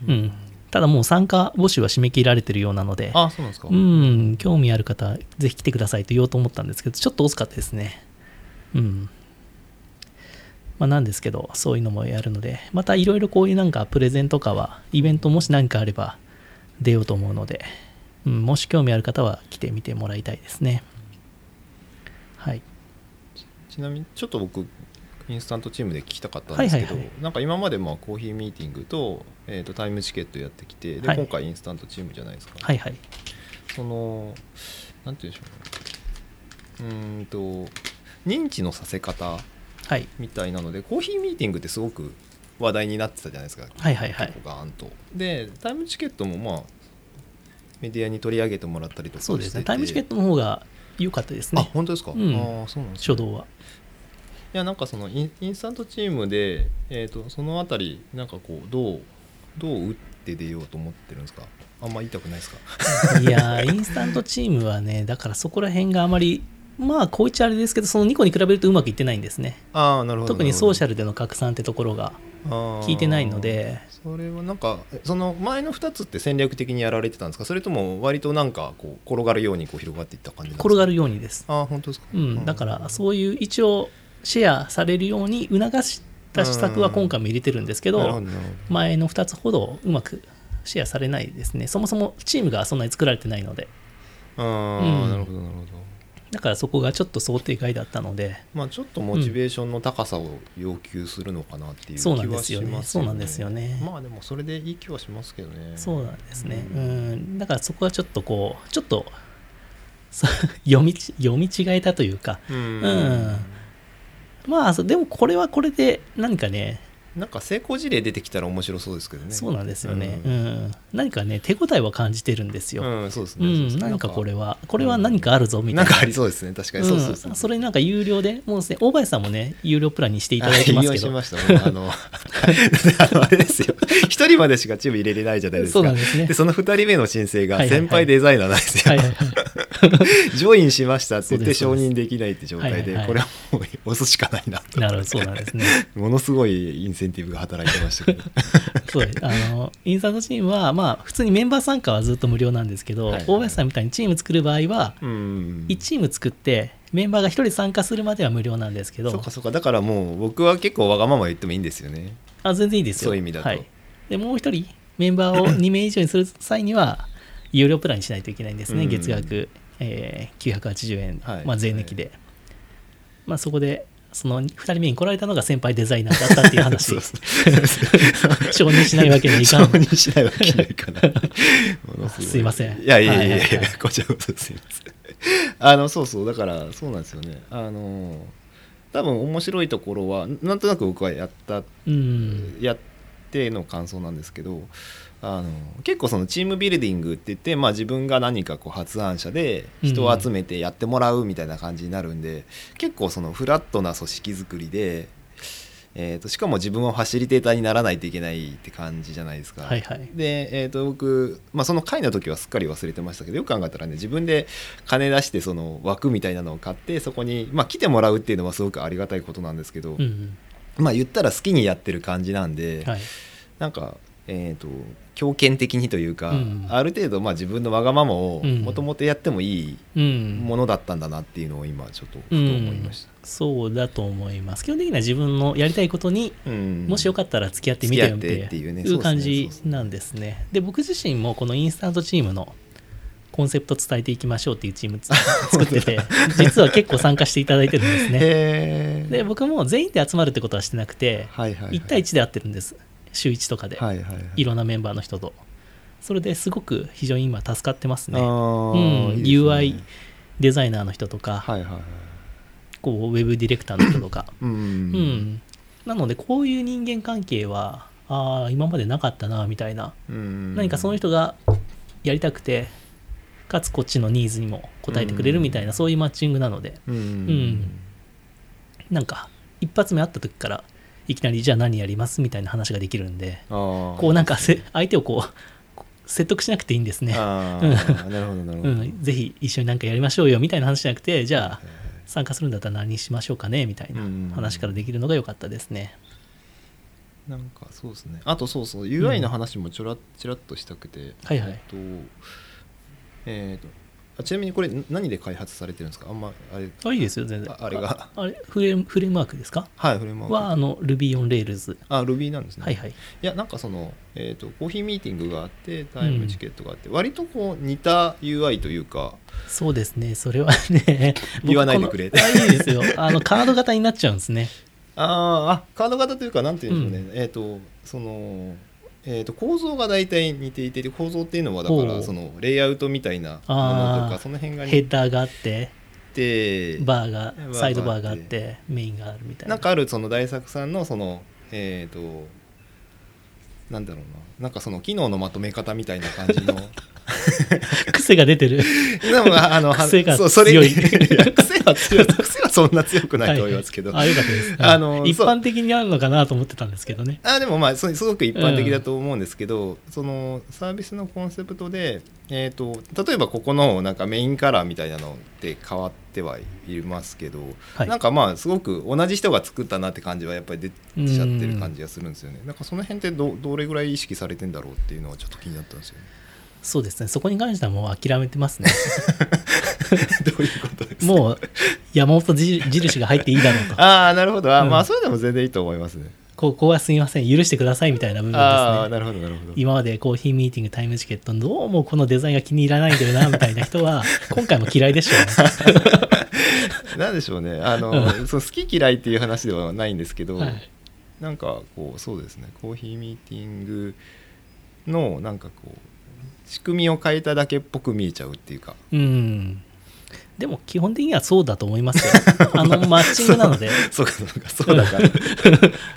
Speaker 1: うん、ただもう参加募集は締め切られてるようなので
Speaker 2: あそうなんですか、
Speaker 1: うん、興味ある方、ぜひ来てくださいと言おうと思ったんですけど、ちょっと遅かったですね。うん。まあ、なんですけど、そういうのもやるので、またいろいろこういうなんかプレゼンとかは、イベントもし何かあれば出ようと思うので、うん、もし興味ある方は来てみてもらいたいですね。はい。
Speaker 2: ちなみにちょっと僕インスタントチームで聞きたかったんですけど、
Speaker 1: はいはい
Speaker 2: なんか今までまあコーヒーミーティングと,、えー、とタイムチケットやってきてで、
Speaker 1: はい
Speaker 2: 今回インスタントチームじゃないですか、
Speaker 1: はいはい。
Speaker 2: そのなんて言うんでしょうねうーんと認知のさせ方
Speaker 1: はい。
Speaker 2: みたいなのでコーヒーミーティングってすごく話題になってたじゃないですか
Speaker 1: はいはいはい
Speaker 2: 結。構ガーンとでタイムチケットもまあメディアに取り上げてもらったりとかしてて
Speaker 1: そうですね。タイムチケットの方が良かったです
Speaker 2: あ
Speaker 1: ね。
Speaker 2: 本当ですか、
Speaker 1: うん
Speaker 2: ああそうなんですね
Speaker 1: 初動は。
Speaker 2: いやなんかそのインインスタントチームで、えー、とそのあたりなんかこうどうどう打って出ようと思ってるんですかあんま言いたくないですか
Speaker 1: いやー、インスタントチームはね、だからそこら辺があまり、まあ、こういっちゃあれですけど、その2個に比べるとうまくいってないんですね。
Speaker 2: ああなるほど
Speaker 1: 特にソーシャ
Speaker 2: ル
Speaker 1: ルでの拡散ってところが効いてないので、
Speaker 2: それはなんかえその前の2つって戦略的にやられてたんですかそれとも割となんかこう転がるようにこう広がっていった感じなんですか
Speaker 1: 転が
Speaker 2: る
Speaker 1: るようにです。
Speaker 2: ああ本当ですか、
Speaker 1: うん、だから、
Speaker 2: う
Speaker 1: そういう一応、シェアされるように促した施策は今回も入れてるんですけ
Speaker 2: けなるほ
Speaker 1: ど
Speaker 2: ど、なるほど
Speaker 1: 前の2つほどうまくシェアされないですね。そもそもチームがそんなに作られてないので、
Speaker 2: あ
Speaker 1: う
Speaker 2: あ、
Speaker 1: ん
Speaker 2: なるほどなるほど
Speaker 1: だからそこがちょっと想定外だったので、
Speaker 2: まあちょっとモチベーションの高さを要求するのかなっていう気
Speaker 1: そうな
Speaker 2: はし
Speaker 1: んで
Speaker 2: ますす
Speaker 1: よ
Speaker 2: よ
Speaker 1: ね
Speaker 2: ね。
Speaker 1: そうなんですよね
Speaker 2: まあでもそれでいい気はしますけどね。
Speaker 1: そうなんですね。う
Speaker 2: うん
Speaker 1: ん、だからそこはちょっとこう、ちょっとさ *laughs* 読みち読み違えたというか、
Speaker 2: うん
Speaker 1: うんまあ、そうでもこれはこれで何かね、
Speaker 2: なんか成功事例出てきたら面白そうですけどね。
Speaker 1: そうなんですよね、う
Speaker 2: うんん
Speaker 1: 何かね手応えは感じてるんですよ、
Speaker 2: うんそうです
Speaker 1: う
Speaker 2: ね。
Speaker 1: ん
Speaker 2: そうですね
Speaker 1: なんかこれはこれは何かあるぞみた
Speaker 2: ないん
Speaker 1: な
Speaker 2: かありそうですね。確かに
Speaker 1: う
Speaker 2: そ
Speaker 1: ん
Speaker 2: うそうそう。
Speaker 1: それになんか有料でもうですね大林さんもね有料プランにしていただいて
Speaker 2: 引
Speaker 1: ます
Speaker 2: 用
Speaker 1: け
Speaker 2: し
Speaker 1: ど
Speaker 2: ましたもんあ *laughs* のあのあれですよ一人までしかチーム入れれないじゃないです
Speaker 1: そ
Speaker 2: か
Speaker 1: うなんですね
Speaker 2: でその二人目の申請
Speaker 1: はいは
Speaker 2: が
Speaker 1: いはい
Speaker 2: 先輩デザイナーなんです
Speaker 1: は
Speaker 2: よ、
Speaker 1: いはいはい *laughs*
Speaker 2: *laughs* ジョインしましたって言っ
Speaker 1: そうで
Speaker 2: て
Speaker 1: すそう
Speaker 2: 承
Speaker 1: です
Speaker 2: 認できないって状
Speaker 1: は
Speaker 2: 態で、
Speaker 1: いはいはい
Speaker 2: これはもう押すしかないなと
Speaker 1: なるほどそうなんですね
Speaker 2: ものすごいインセンティブが働いてましたけ
Speaker 1: *laughs*
Speaker 2: ど
Speaker 1: そうですあのインスタントチームはまあ普通にメンバー参加はずっと無料なんですけど、
Speaker 2: はいはい
Speaker 1: 大林さんみたいにチーム作る場合は
Speaker 2: うん
Speaker 1: 1チーム作ってメンバーが1人参加するまでは無料なんですけ
Speaker 2: そう
Speaker 1: ど
Speaker 2: かそうかだからもう僕は結構わがまま言ってもいいんですよね
Speaker 1: あ全然いいですよ
Speaker 2: そういう意味だと
Speaker 1: はい、でもう一人メンバ
Speaker 2: *coughs*
Speaker 1: ーを2名以上にする際には有料プランにしないといけないんですね、
Speaker 2: うん
Speaker 1: 月額、えー980円、
Speaker 2: はい
Speaker 1: まあ、税抜きで、まあ、そこでその2人目に来られたのが先輩デザイナーだったっていう話
Speaker 2: *laughs* そうそう
Speaker 1: *laughs* 承認しないわけにはいかん
Speaker 2: *laughs* 承認しないわけにはいかない
Speaker 1: *laughs*
Speaker 2: ものご
Speaker 1: すいません
Speaker 2: いやいやいやい
Speaker 1: は
Speaker 2: や、
Speaker 1: いはいはい
Speaker 2: こちらこそすいませんあのそうそうだからそうなんですよねあの多分面白いところはなんとなく僕はやった
Speaker 1: うん
Speaker 2: やっての感想なんですけどあの結構そのチームビルディングって言って、まあ、自分が何かこう発案者で
Speaker 1: うん
Speaker 2: 人を集めてやってもらうみたいな感じになるんで、結構そのフラットな組織づくりで、えー、としかも自分はファシリテーターにならないといけないって感じじゃないですか。
Speaker 1: はいはい
Speaker 2: で、えー、と僕、まあ、その会の時はすっかり忘れてましたけどよく考えたらね自分で金出してその枠みたいなのを買ってそこに、まあ、来てもらうっていうのはすごくありがたいことなんですけど、
Speaker 1: うん
Speaker 2: まあ言ったら好きにやってる感じなんで、
Speaker 1: はい
Speaker 2: なんかえっ、と強権的にというか、
Speaker 1: うん
Speaker 2: ある程度まあ自分のわがままを
Speaker 1: うん
Speaker 2: もともとやってもいい
Speaker 1: うん
Speaker 2: ものだったんだなっていうのを今ちょっとふと
Speaker 1: う
Speaker 2: 思いま
Speaker 1: ん
Speaker 2: し、
Speaker 1: そうだと思います基本的には自分のやりたいことに
Speaker 2: た、うん
Speaker 1: もしよかったら付き合ってみてよっ
Speaker 2: 付き合
Speaker 1: て
Speaker 2: ってっていう
Speaker 1: い
Speaker 2: ね
Speaker 1: う感じ
Speaker 2: そうですねそうですね
Speaker 1: なんですね。で僕自身もこのインスタントチームのコンセプト伝えていきましょうっていうチーム
Speaker 2: *laughs*
Speaker 1: つ作ってて実は結構参加していただいてるん
Speaker 2: *laughs*
Speaker 1: ですね。
Speaker 2: へー
Speaker 1: で僕も全員で集まるってことはしてなくて
Speaker 2: はいはいはい、
Speaker 1: 1対1で会ってるんです週1とかで
Speaker 2: はいはいはい
Speaker 1: いろんなメンバーの人と。それですごく非常に今助かってます
Speaker 2: あ
Speaker 1: ね。
Speaker 2: ー
Speaker 1: うん
Speaker 2: いいですね
Speaker 1: UI デザイナーの人とか
Speaker 2: はいはいはい
Speaker 1: こうウェブディレクターの人とか。
Speaker 2: うん
Speaker 1: うん、なのでこういう人間関係はああ今までなかったなみたいな何
Speaker 2: 何
Speaker 1: かその人がやりたくてかつこっちのニーズにも応えてくれるみたいなそういうマッチングなので
Speaker 2: うん、
Speaker 1: んなんか一発目会った時からいきなりじゃあ何やりますみたいな話ができるんで
Speaker 2: あー
Speaker 1: こうなんかせ相手をこう説得しなくていいんですね。
Speaker 2: あーなるほどなるほ
Speaker 1: う
Speaker 2: ど、
Speaker 1: ん、ぜひ一緒になんかやりましょうよみたいな話じゃなくてじゃあ参加するんだったら何しましょうかねみたい
Speaker 2: うん
Speaker 1: な話からできるのが良かったですね。
Speaker 2: なんかそうですねあとそうそう UI の話もちょらちらっとしたくて、
Speaker 1: はいはい
Speaker 2: えっと,、えーとあちなみにこれ何で開発されてるんですかあんまあれ
Speaker 1: あいいですよ全然
Speaker 2: ああれが
Speaker 1: あれフレームフレームワークですか
Speaker 2: はいフレームワーク
Speaker 1: はあの Ruby on Rails
Speaker 2: あ Ruby なんですね
Speaker 1: はいはい
Speaker 2: いやなんかその、えー、とコーヒーミーティングがあってタイムチケットがあって、割とこう似た UI というか
Speaker 1: そうですねそれはね僕
Speaker 2: *laughs* 言わないでくれ
Speaker 1: このあいいですよあのカード型になっちゃうんですね
Speaker 2: *laughs* あーあカード型というかなんていうんでしょうね、えっ、とそのえー、と構造が大体似ていて構造っていうのはだか
Speaker 1: ほう
Speaker 2: らそのレイアウトみたいなものと
Speaker 1: あ
Speaker 2: か
Speaker 1: ー
Speaker 2: その辺が
Speaker 1: ヘ
Speaker 2: 似
Speaker 1: ッダーがあって
Speaker 2: て
Speaker 1: バーが
Speaker 2: バーがあって
Speaker 1: サイドバーがあってメインがあるみたいな
Speaker 2: なんかあるその大作さんのそのえっ、となんだろうななんかその機能のまとめ方みたいな感じ
Speaker 1: *laughs*
Speaker 2: の
Speaker 1: 癖が出てる
Speaker 2: でもあの
Speaker 1: 癖が
Speaker 2: そうそれ
Speaker 1: 強い
Speaker 2: や *laughs* 癖は強い癖はそんな強くないと思いますけど、
Speaker 1: はいあよかったです
Speaker 2: あの
Speaker 1: 一
Speaker 2: そう
Speaker 1: 般的にあるのかなと思ってたんですけどね
Speaker 2: あでもまあそすごく一般的だと思うんですけど、そのサービスのコンセプトで、えー、と例えばここのなんかメインカラーみたいなのって変わってはいますけど、
Speaker 1: はい
Speaker 2: なんかまあすごく同じ人が作ったなって感じはやっぱり出ちゃってる感じがするんですよねなんかその辺ってどどれぐらい意識されてんだろうっていうのはちょっと気になった
Speaker 1: *laughs*
Speaker 2: んですよね
Speaker 1: そうですねそこに関してはもう諦めてますね *laughs*
Speaker 2: どういうことですか
Speaker 1: もう山本じ印が入っていいだろうと
Speaker 2: ああなるほどあ、
Speaker 1: うん
Speaker 2: まあそれでも全然いいと思いますね
Speaker 1: ここはすみません許してくださいみたいな部分ですね
Speaker 2: ああなるほどなるほど
Speaker 1: 今までコーヒーミーティングタイムチケットどうもこのデザインが気に入らないんだよなみたいな人
Speaker 2: *laughs*
Speaker 1: は今回も嫌いでしょうね
Speaker 2: なんでしょうね
Speaker 1: *laughs*
Speaker 2: あの、そう好き嫌いっていう話ではないんですけど、
Speaker 1: はい
Speaker 2: なんかこうそうですねコーヒーミーティングのなんかこう仕組みを変えただけっぽく見えちゃうっていうか
Speaker 1: *laughs* うんでも基本的にはそうだと思いますよあのマッチングなので
Speaker 2: そうかそうかそうだか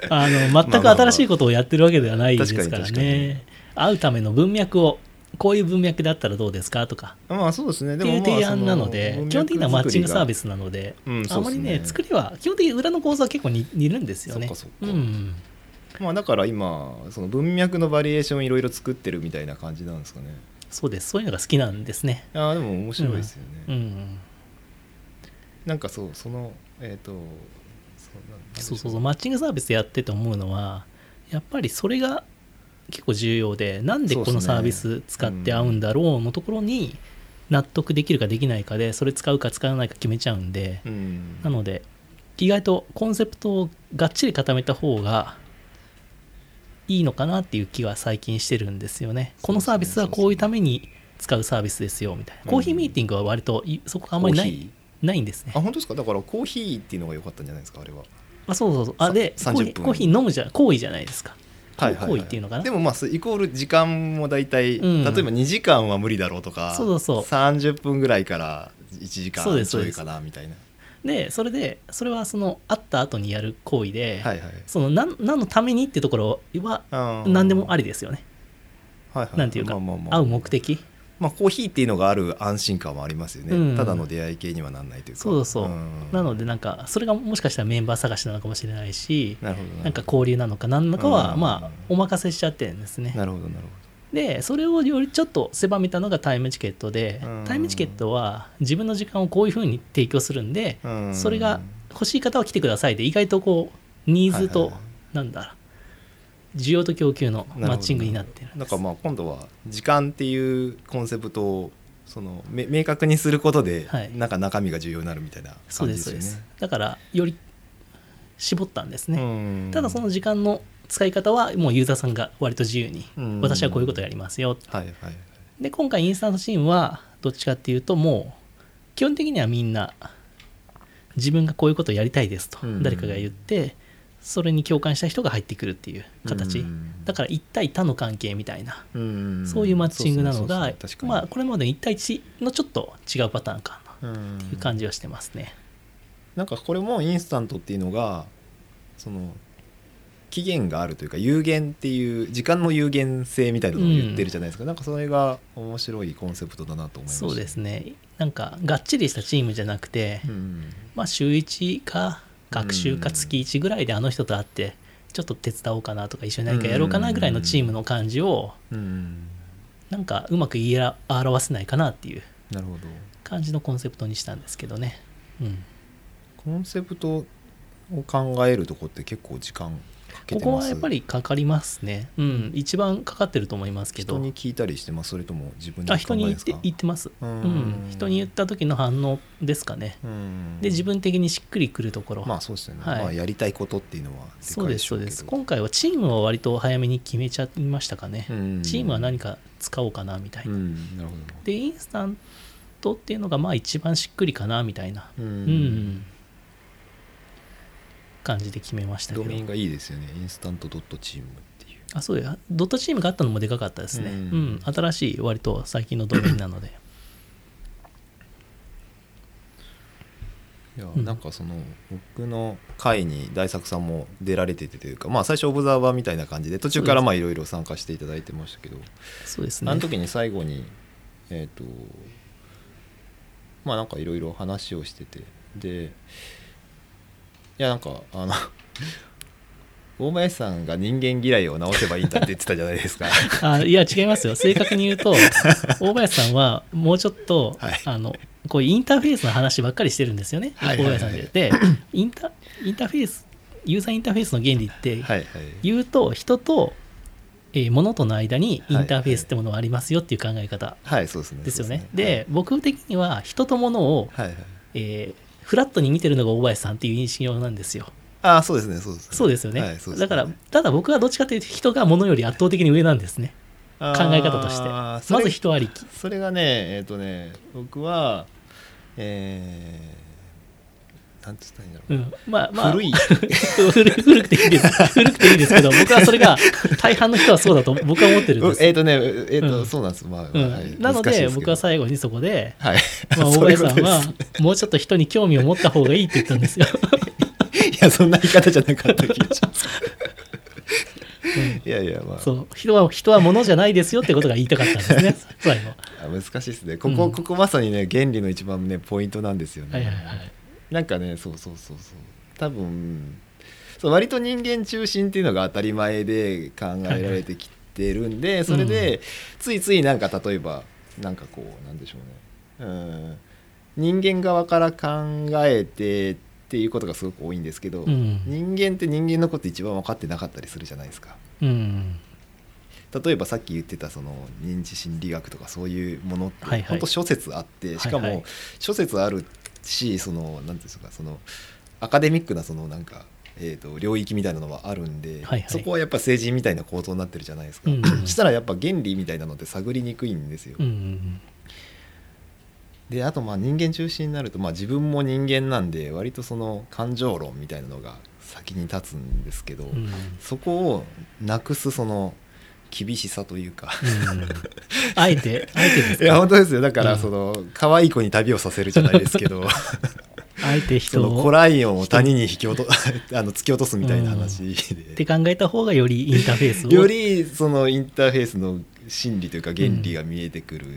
Speaker 2: ら
Speaker 1: あの全く新しいことをやってるわけではないですから
Speaker 2: 確かに
Speaker 1: ね会うための文脈をこういう文脈だったらどうですかとか
Speaker 2: まあそうですね
Speaker 1: っ
Speaker 2: で
Speaker 1: てい
Speaker 2: も
Speaker 1: う提
Speaker 2: まあ
Speaker 1: 案なので基本的にはマッチングサービスなので
Speaker 2: うん
Speaker 1: あ
Speaker 2: そうっすね
Speaker 1: まりね作りは基本的に裏の構造は結構に似るんですよね
Speaker 2: そっかそっか
Speaker 1: うん
Speaker 2: スまあだから今その文脈のバリエーションいろいろ作ってるみたいな感じなんですかね
Speaker 1: そうですそういうのが好きなんですね
Speaker 2: ああでも面白いですよね、
Speaker 1: うん
Speaker 2: なんかそうそのえっ、とそうなんなんでしょ
Speaker 1: そうそうそうマッチングサービスやってて思うのはやっぱりそれが結構重要でなんでこのサービス使って合うんだろうのところに納得できるかできないかでそれ使うか使わないか決めちゃうんで
Speaker 2: うん
Speaker 1: なので意外とコンセプトをがっちり固めた方がいいのかなっていう気は最近してるんですよね。このサービスはこういうために使うサービスですよみたいな。コーヒーミーティングは割といそこあんまりな
Speaker 2: コー
Speaker 1: い
Speaker 2: ヒ
Speaker 1: ないんですね
Speaker 2: ー。あ本当ですかだからコーヒーっていうのが良かったんじゃないですかあれは
Speaker 1: あそうそうそうあ
Speaker 2: さ
Speaker 1: でコー
Speaker 2: 30
Speaker 1: ヒー
Speaker 2: 分
Speaker 1: コーヒー飲むじゃ行為じゃないですか、
Speaker 2: はいはいは
Speaker 1: 行為っていうのかな
Speaker 2: でもまあそうイコール時間も大体、
Speaker 1: うん
Speaker 2: 例えば2時間は無理だろうとか
Speaker 1: そうそうそう
Speaker 2: 30分ぐらいから1時
Speaker 1: そうで
Speaker 2: 間
Speaker 1: す
Speaker 2: ち
Speaker 1: そう
Speaker 2: ょ
Speaker 1: で
Speaker 2: い
Speaker 1: す
Speaker 2: かなみたいな
Speaker 1: でそれでそれはその会った後にやる行為で、
Speaker 2: はいはい
Speaker 1: その何何のためにってところは
Speaker 2: あー
Speaker 1: 何でもありですよね、
Speaker 2: はいはい
Speaker 1: なんていうか、
Speaker 2: まあまあまあ
Speaker 1: 会う目的
Speaker 2: まあコーヒーっていうのがある安心感もありますよね、
Speaker 1: うん
Speaker 2: ただの出会い系にはなんないというか
Speaker 1: そうそうそう、
Speaker 2: ん
Speaker 1: なのでなんかそれがもしかしたらメンバー探しなのかもしれないし
Speaker 2: なるほどるほど
Speaker 1: なんか交流なのか何のかは
Speaker 2: うん
Speaker 1: まあお任せしちゃってるんですね
Speaker 2: なるほどなる
Speaker 1: でそれをよりちょっと狭めたのがタイムチケットで
Speaker 2: うん
Speaker 1: タイムチケットは自分の時間をこういうふうに提供するんで
Speaker 2: ほど、うん
Speaker 1: それが欲しい方は来てくださいで意外とこうニーズ
Speaker 2: はい
Speaker 1: と
Speaker 2: はいはい
Speaker 1: なんだろう需要と供給のマッチングになってるん
Speaker 2: な
Speaker 1: で
Speaker 2: ん
Speaker 1: す
Speaker 2: かまあ今度は時間っていうコンセプトをそのめ明確にすることで、
Speaker 1: はい
Speaker 2: なんか中身が重要になるみたいな
Speaker 1: そう
Speaker 2: 感じ
Speaker 1: で
Speaker 2: ですす
Speaker 1: そう
Speaker 2: よ
Speaker 1: で
Speaker 2: ね
Speaker 1: すだからより絞ったんですね、
Speaker 2: ね
Speaker 1: ただその時間の使い方はもうユーザーさんが割と自由に、
Speaker 2: うん
Speaker 1: 私はこういうことやりますよ
Speaker 2: はいはいはい
Speaker 1: で今回インスタントチームはどっちかっていうともう基本的にはみんな自分がこういうことをやりたいですと
Speaker 2: うん
Speaker 1: 誰かが言ってそれに共感した人が入ってくるっていう形
Speaker 2: うん
Speaker 1: だから一対他の関係みたいな
Speaker 2: うん
Speaker 1: そういうマッチングなの
Speaker 2: そう
Speaker 1: が
Speaker 2: ですね確かに
Speaker 1: まあこれまでの1対1のちょっと違うパターンかな
Speaker 2: うん
Speaker 1: という感じはしてますね。
Speaker 2: なんかこれもインスタントっていうのがその期限があるというか有限っていう時間の有限性みたいなのを言ってるじゃないですか、なんかそれが面白いコンセプトだなと思いました
Speaker 1: そうですねなんかがっちりしたチームじゃなくて、
Speaker 2: うん
Speaker 1: まあ週1か学習か月1ぐらいであの人と会ってちょっと手伝おうかなとか一緒に何かやろうかなぐらいのチームの感じを
Speaker 2: うん
Speaker 1: なんかうまく言いあら表せないかなっていう
Speaker 2: なるほど
Speaker 1: 感じのコンセプトにしたんですけどね、うん、
Speaker 2: コンセプトを考えるとこって結構時間かけて
Speaker 1: こ
Speaker 2: ます
Speaker 1: こはやっぱりかかりますねうん一番かかってると思いますけど
Speaker 2: 人に聞いたりしてますそれとも自分で
Speaker 1: あ人
Speaker 2: 考え
Speaker 1: に
Speaker 2: で
Speaker 1: 言っ
Speaker 2: す
Speaker 1: て
Speaker 2: か
Speaker 1: 言ってます、う
Speaker 2: う
Speaker 1: ん
Speaker 2: ん
Speaker 1: 人に言った時の反応ですかね
Speaker 2: うん
Speaker 1: で自分的にしっくりくるところ、
Speaker 2: まあそうですよね、
Speaker 1: はい
Speaker 2: まあやりたいことっていうのは
Speaker 1: そうですそうです
Speaker 2: かい
Speaker 1: 今回はチームを割と早めに決めちゃいましたかね、
Speaker 2: しょうけどうん
Speaker 1: チームは何か使おうかなみたいうな、
Speaker 2: んなるほど
Speaker 1: でインスタントっていうのがまあ一番しっくりかなみたいな、
Speaker 2: う
Speaker 1: うんん感じで決めましたけ
Speaker 2: ド
Speaker 1: ど
Speaker 2: メインがいいですよねインスタントドットチームっていう
Speaker 1: あそうやドットチームがあったのもでかかったですね、
Speaker 2: う
Speaker 1: うんん新しい割と最近のドメインな
Speaker 2: *laughs*
Speaker 1: ので
Speaker 2: いや、
Speaker 1: うん
Speaker 2: なんかその僕の会に大作さんも出られててというかまあ最初オブザーバーみたいな感じで途中からまあいろいろ参加していただいてましたけど、
Speaker 1: そうです
Speaker 2: あ
Speaker 1: ね
Speaker 2: の時に最後にえっ、とまあなんかいろいろ話をしててでいやなんかあの *laughs* 大林さんが人間嫌いを直せばいいんだって言ってたじゃない
Speaker 1: *laughs*
Speaker 2: ですか
Speaker 1: あいや違いますよ正確に言う
Speaker 2: *laughs*
Speaker 1: と大林さんはもうちょっと、
Speaker 2: はい
Speaker 1: あのこういうインターフェースの話ばっかりしてるんですよね、
Speaker 2: はいはいは
Speaker 1: 大
Speaker 2: い
Speaker 1: 林さんってでインタインターフェースユーザーインターフェースの原理って
Speaker 2: はいはい
Speaker 1: 言うと人と、えー物との間にインターフェースってものがありますよっていう考え方
Speaker 2: はいそうですね
Speaker 1: ですよね、
Speaker 2: そう
Speaker 1: で僕的には人と物を、
Speaker 2: はいはいはい
Speaker 1: えーフラットに見てるのが大林さんっていう印象なんですよ
Speaker 2: ああそうですねそうですね
Speaker 1: そうですよね,、
Speaker 2: はいそうです
Speaker 1: だからただ僕はどっちかというと人が物より圧倒的に上なんですね
Speaker 2: 考
Speaker 1: 考え方としてまず人ありき
Speaker 2: それがねえっ、とね僕はえー、なんて言ったらいいんだろう、
Speaker 1: うん、まあまあ
Speaker 2: 古
Speaker 1: *laughs*
Speaker 2: い *laughs*
Speaker 1: 古古くていいです古くていいですけど僕はそれが大半の人はそう
Speaker 2: *laughs*
Speaker 1: だと僕は思ってるんです、
Speaker 2: えっ、とねえっ、と、
Speaker 1: うん
Speaker 2: そうなんですまあ、
Speaker 1: うん
Speaker 2: はい
Speaker 1: なの
Speaker 2: 難しい
Speaker 1: で
Speaker 2: すけど
Speaker 1: 僕は最後にそこ
Speaker 2: *laughs*
Speaker 1: で、
Speaker 2: はい、
Speaker 1: まあ、大
Speaker 2: そういう
Speaker 1: 林
Speaker 2: こ
Speaker 1: さ
Speaker 2: と
Speaker 1: ん
Speaker 2: です
Speaker 1: はもうちょっと人に興味を持った方がいいって言ったんです
Speaker 2: *laughs*
Speaker 1: よ、
Speaker 2: いやそんな言い方じゃなかった気がしますいやいやまあ
Speaker 1: そう人は人は物じゃないですよってことが言いたかったん
Speaker 2: *laughs*
Speaker 1: ですね最後
Speaker 2: あ難しいですねここ、
Speaker 1: うん
Speaker 2: ここまさにね原理の一番ねポイントなんですよね、
Speaker 1: はいはいはい
Speaker 2: なんかねそうそうそうそう多分そう割と人間中心っていうのが当たり前で考えられてきてるんで、それで、ついついなんか例えばなんかこうなんでしょうねうん人間側から考えてっていうことがすごく多いんですけど、
Speaker 1: うん、
Speaker 2: 人間って人間のこと一番分かってなかったりするじゃないですか。
Speaker 1: うん、
Speaker 2: 例えばさっき言ってたその認知心理学とかそういうものって
Speaker 1: はいはい
Speaker 2: 本当諸説あってしか
Speaker 1: はいは
Speaker 2: も
Speaker 1: い
Speaker 2: 諸説あるしそのなんていうんですかそのアカデミックなそのなんかえーと領域みたいなのはあるんで
Speaker 1: はいはい
Speaker 2: そこはやっぱ政治みたいな構造になってるじゃないですか
Speaker 1: うんうん
Speaker 2: したらやっぱ原理みたいなのって探りにくいんですよ
Speaker 1: うんうん
Speaker 2: であとまあ人間中心になるとまあ自分も人間なんで割とその感情論みたいなのが先に立つんですけど
Speaker 1: うんうん
Speaker 2: そこをなくすその厳しさというか
Speaker 1: あえてあえてです
Speaker 2: い
Speaker 1: か
Speaker 2: や本当ですよだから
Speaker 1: うん
Speaker 2: その、可愛い子に旅をさせるじゃないですけど
Speaker 1: あえて
Speaker 2: *laughs* そ
Speaker 1: 人
Speaker 2: の
Speaker 1: を
Speaker 2: コライオンを谷に引き落と *laughs* あの突き落とすみたいな話
Speaker 1: っ
Speaker 2: で
Speaker 1: て、考えた方がよりインターフェースを
Speaker 2: よりそのインターフェースの心理というか原理が見えてくるっ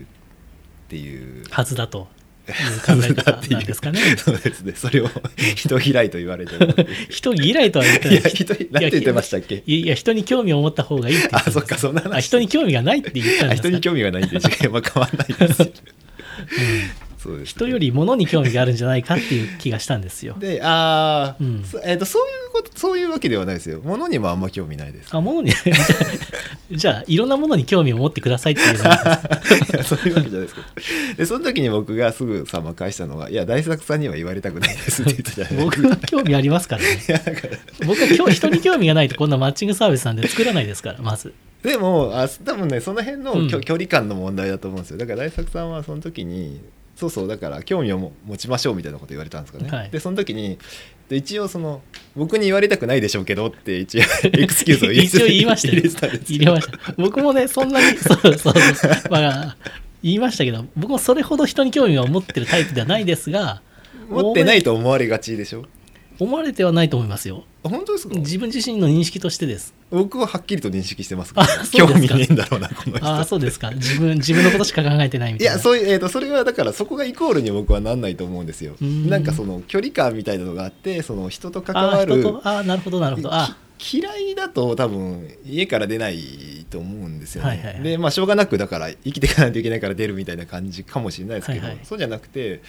Speaker 2: ていう、
Speaker 1: はずだという考え
Speaker 2: だっ
Speaker 1: 方
Speaker 2: てい
Speaker 1: な
Speaker 2: うん
Speaker 1: ですかね
Speaker 2: そうですねそれを人嫌いと言われてる
Speaker 1: 人嫌いとは言って
Speaker 2: い
Speaker 1: ない
Speaker 2: や人なんて言ってましたっけ
Speaker 1: いや人に興味を持った方がいいって言
Speaker 2: あ
Speaker 1: って
Speaker 2: そ
Speaker 1: ま
Speaker 2: っ
Speaker 1: す
Speaker 2: かそんな話
Speaker 1: あ人に興味がないって言ったん
Speaker 2: あ
Speaker 1: です
Speaker 2: 人
Speaker 1: か
Speaker 2: に興味がないんで時間は変わらないですよ *laughs* そうです
Speaker 1: 人より物に興味があるんじゃないかっていう気がしたんですよ。
Speaker 2: でああ、
Speaker 1: うん
Speaker 2: そえー、とそういうことそういうわけではないですよ物にもあんま興味ないです
Speaker 1: あ物に *laughs* じゃあじゃあいろんなものに興味を持ってくださいっていうの
Speaker 2: *laughs*
Speaker 1: は
Speaker 2: いや *laughs* そういうわけじゃないですけどでその時に僕がすぐさま返したのが「いや大作さんには言われたくないです」って言ったじゃないですか
Speaker 1: 僕は興味ありますからね。僕は興人に興味がないとこんなマッチングサービスなんで作らないですからまず。
Speaker 2: でもあ多分ねその辺の距,、
Speaker 1: うん
Speaker 2: 距離感の問題だと思うんですよだから大作さんはその時にそうそうだから興味をも持ちましょうみたいなこと言われたんですかね、
Speaker 1: はい
Speaker 2: でその時にで一応その僕に言われたくないでしょうけどって一応エクスキューズを入れて
Speaker 1: *laughs* 一応言いましたよ
Speaker 2: 入れてたんですけ
Speaker 1: 入
Speaker 2: ど
Speaker 1: れました。僕もね、そんなに、そうそうそう、まあ、言いましたけど、僕もそれほど人に興味を持ってるタイプではないですが、
Speaker 2: 持ってないと思われがちでしょ
Speaker 1: 思われてはないと思いますよ
Speaker 2: あ本当ですか
Speaker 1: 自分自身の認識としてです
Speaker 2: 僕ははっきりと認識してますから
Speaker 1: あそう
Speaker 2: 興
Speaker 1: ですか
Speaker 2: 味ねえんだろうなこの人
Speaker 1: ああそうですか自分自分のことしか考えてないみ
Speaker 2: い
Speaker 1: たいな
Speaker 2: やそういう、えー、とそれはだからそこがイコールに僕はなんないと思うんですよ
Speaker 1: うん
Speaker 2: なんかその距離感みたいなのがあってその人と関
Speaker 1: あ
Speaker 2: わ
Speaker 1: ー人
Speaker 2: る
Speaker 1: とあーなるほどなるほどあ
Speaker 2: き嫌いだと多分家から出ないと思うんですよね、
Speaker 1: はいはいはい
Speaker 2: でまあしょうがなくだから生きていかないといけないから出るみたいな感じかもしれないですけど、
Speaker 1: はいはい
Speaker 2: そうじゃなくて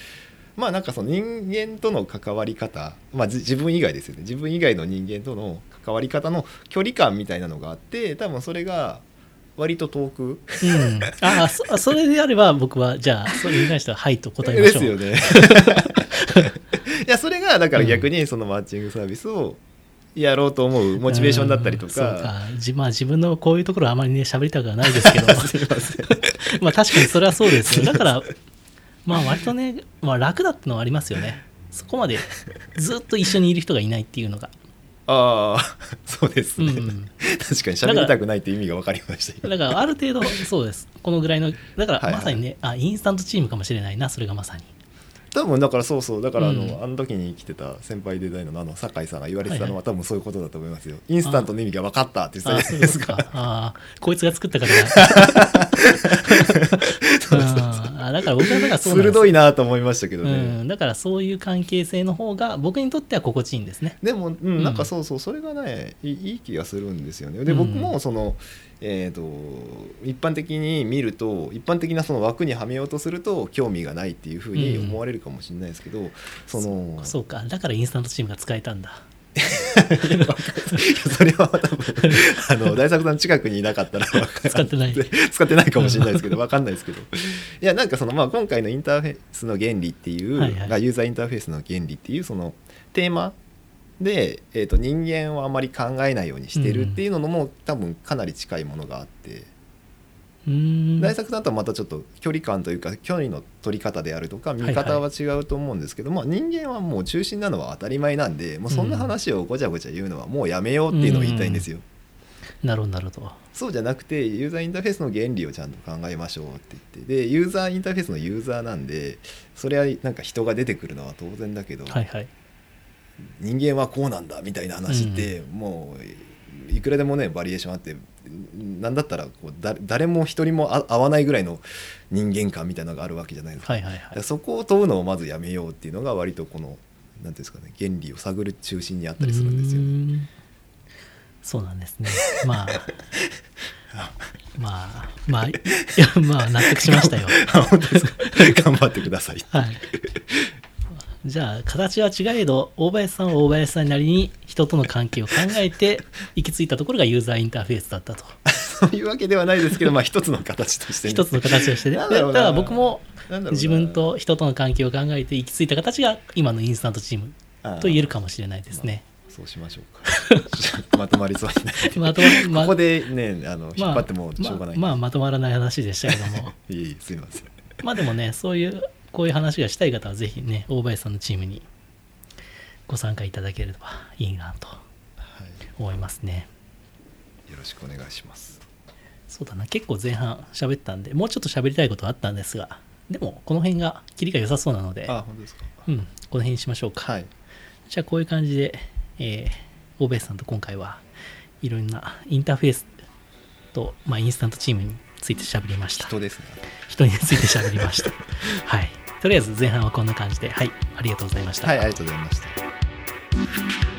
Speaker 2: まあなんかその人間との関わり方、まあ、じ自分以外ですよね自分以外の人間との関わり方の距離感みたいなのがあって多分それが割と遠く
Speaker 1: うんああそあそれであれば僕はじゃあそれに関してははいと答えま
Speaker 2: で
Speaker 1: しょ
Speaker 2: す
Speaker 1: う
Speaker 2: よね。 *laughs* いやそれがだから逆にそのマッチングサービスをやろうと思うモチベーションだったりと
Speaker 1: うんそう
Speaker 2: か。
Speaker 1: かじまあ自分のこういうところはあまりね喋りたくはないですけど
Speaker 2: *laughs* すいません
Speaker 1: *laughs* まあ確かにそれはそうですよだからまあ割とね、まあ、楽だってのはありますよねそこまでずっと一緒にいる人がいないっていうのが、
Speaker 2: ああ *laughs* そうです
Speaker 1: う
Speaker 2: ね、
Speaker 1: ん、
Speaker 2: 確かに喋りたくないって意味が分かりました
Speaker 1: だ
Speaker 2: 今
Speaker 1: からある程度そうですこのぐらいのだから
Speaker 2: はいはい
Speaker 1: まさにね、あインスタントチームかもしれないなそれがまさに
Speaker 2: 多分だからそうそうだからあの,、
Speaker 1: うん
Speaker 2: あの時に来てた先輩デザイナーのあの酒井さんが言われてたの
Speaker 1: は
Speaker 2: はい多分そういうことだと思いますよ、インスタントの意味が分かったって言
Speaker 1: あ
Speaker 2: って
Speaker 1: あそう
Speaker 2: たじゃな
Speaker 1: で
Speaker 2: いですす
Speaker 1: か
Speaker 2: か
Speaker 1: ああこいつが作ったから
Speaker 2: *laughs*
Speaker 1: だ
Speaker 2: そうそうそう
Speaker 1: ああだから僕はだからそうなんです
Speaker 2: *laughs* 鋭いなと思いましたけどね、
Speaker 1: うん、だからそういう関係性の方が僕にとっては心地いいんですね。
Speaker 2: でも、うん
Speaker 1: うん
Speaker 2: なんかそうそうそれがねいいいい気がするんですよねで
Speaker 1: うん
Speaker 2: 僕もその、えー、と一般的に見ると一般的なその枠にはめようとすると興味がないっていうふうに
Speaker 1: うん
Speaker 2: 思われるかもしれないですけど、その
Speaker 1: そうかだからインスタントチームが使えたんだ。
Speaker 2: いやそれは多分あの大作さん近くにいなかったらわかん
Speaker 1: 使ってない
Speaker 2: *laughs* 使ってないかもしれないですけど分かんないですけどいやなんかその、まあ、今回のインターフェースの原理っていう、
Speaker 1: はいはい
Speaker 2: がユーザーインターフェースの原理っていうそのテーマで、えー、と人間をあまり考えないようにしてるっていうのも、多分かなり近いものがあって、
Speaker 1: うーん
Speaker 2: 大作さんとはまたちょっと距離感というか距離の取り方であるとか見方は違うと思うんですけど、まあ、人間はもう中心なのは当たり前なんでもうそんな話をごちゃごちゃ言うのはもうやめようっていうのを言いたいんですよ。
Speaker 1: なるほどなるほど。
Speaker 2: そうじゃなくてユーザーインターフェースの原理をちゃんと考えましょうって言ってでユーザーインターフェースのユーザーなんでそれはなんか人が出てくるのは当然だけど、
Speaker 1: はいはい。
Speaker 2: 人間はこうなんだみたいな話って、もういくらでもねバリエーションあってなんだったらこうだ誰も一人もあ合わないぐらいの人間観みたいなのがあるわけじゃないですか,、
Speaker 1: はいはいはい。
Speaker 2: そこを問うのをまずやめようっていうのが割とこの何ていうんですかね原理を探る中心にあったりするんですよね。
Speaker 1: うーんそうなんですね。まあ
Speaker 2: *laughs*
Speaker 1: まあまあいやまあ納得しましたよ。
Speaker 2: あ *laughs* 本当ですか *laughs* 頑張ってください。
Speaker 1: はい。じゃあ形は違えど大林さんは大林さんなりに人との関係を考えて行き着いたところがユーザーインターフェースだったと。
Speaker 2: *laughs* そういうわけではないですけど、まあ、一つの形としてね、
Speaker 1: 一つの形としてね。
Speaker 2: なん
Speaker 1: で
Speaker 2: だ
Speaker 1: た
Speaker 2: ろうな
Speaker 1: だ僕も
Speaker 2: なんだろうな
Speaker 1: 自分と人との関係を考えて行き着いた形が今のインスタントチームと言えるかもしれないですね。
Speaker 2: あーそうしましょうか *laughs* まとまりそうになって
Speaker 1: *laughs* まとま
Speaker 2: ここでねあの、引っ張ってもしょうがない、
Speaker 1: まあまあまとまらない話でしたけども
Speaker 2: *laughs* いえいえすいません
Speaker 1: まあでもねそういうこういう話がしたい方はぜひね大林さんのチームにご参加いただければいいなと
Speaker 2: はい
Speaker 1: 思いますね。
Speaker 2: よろしくお願いします
Speaker 1: そうだな結構前半喋ったんでもうちょっと喋りたいことはあったんですがでもこの辺がキリが良さそうなので、
Speaker 2: あ本当ですか
Speaker 1: うん、この辺にしましょうか。
Speaker 2: はい
Speaker 1: じゃあこういう感じで、えー、欧米さんと今回はいろんなインターフェースと、まあ、インスタントチームについて喋りました。
Speaker 2: 人ですね
Speaker 1: 人について喋りました。 *laughs* はい。とりあえず前半はこんな感じで、はい、ありがとうございました。
Speaker 2: はいありがとうございました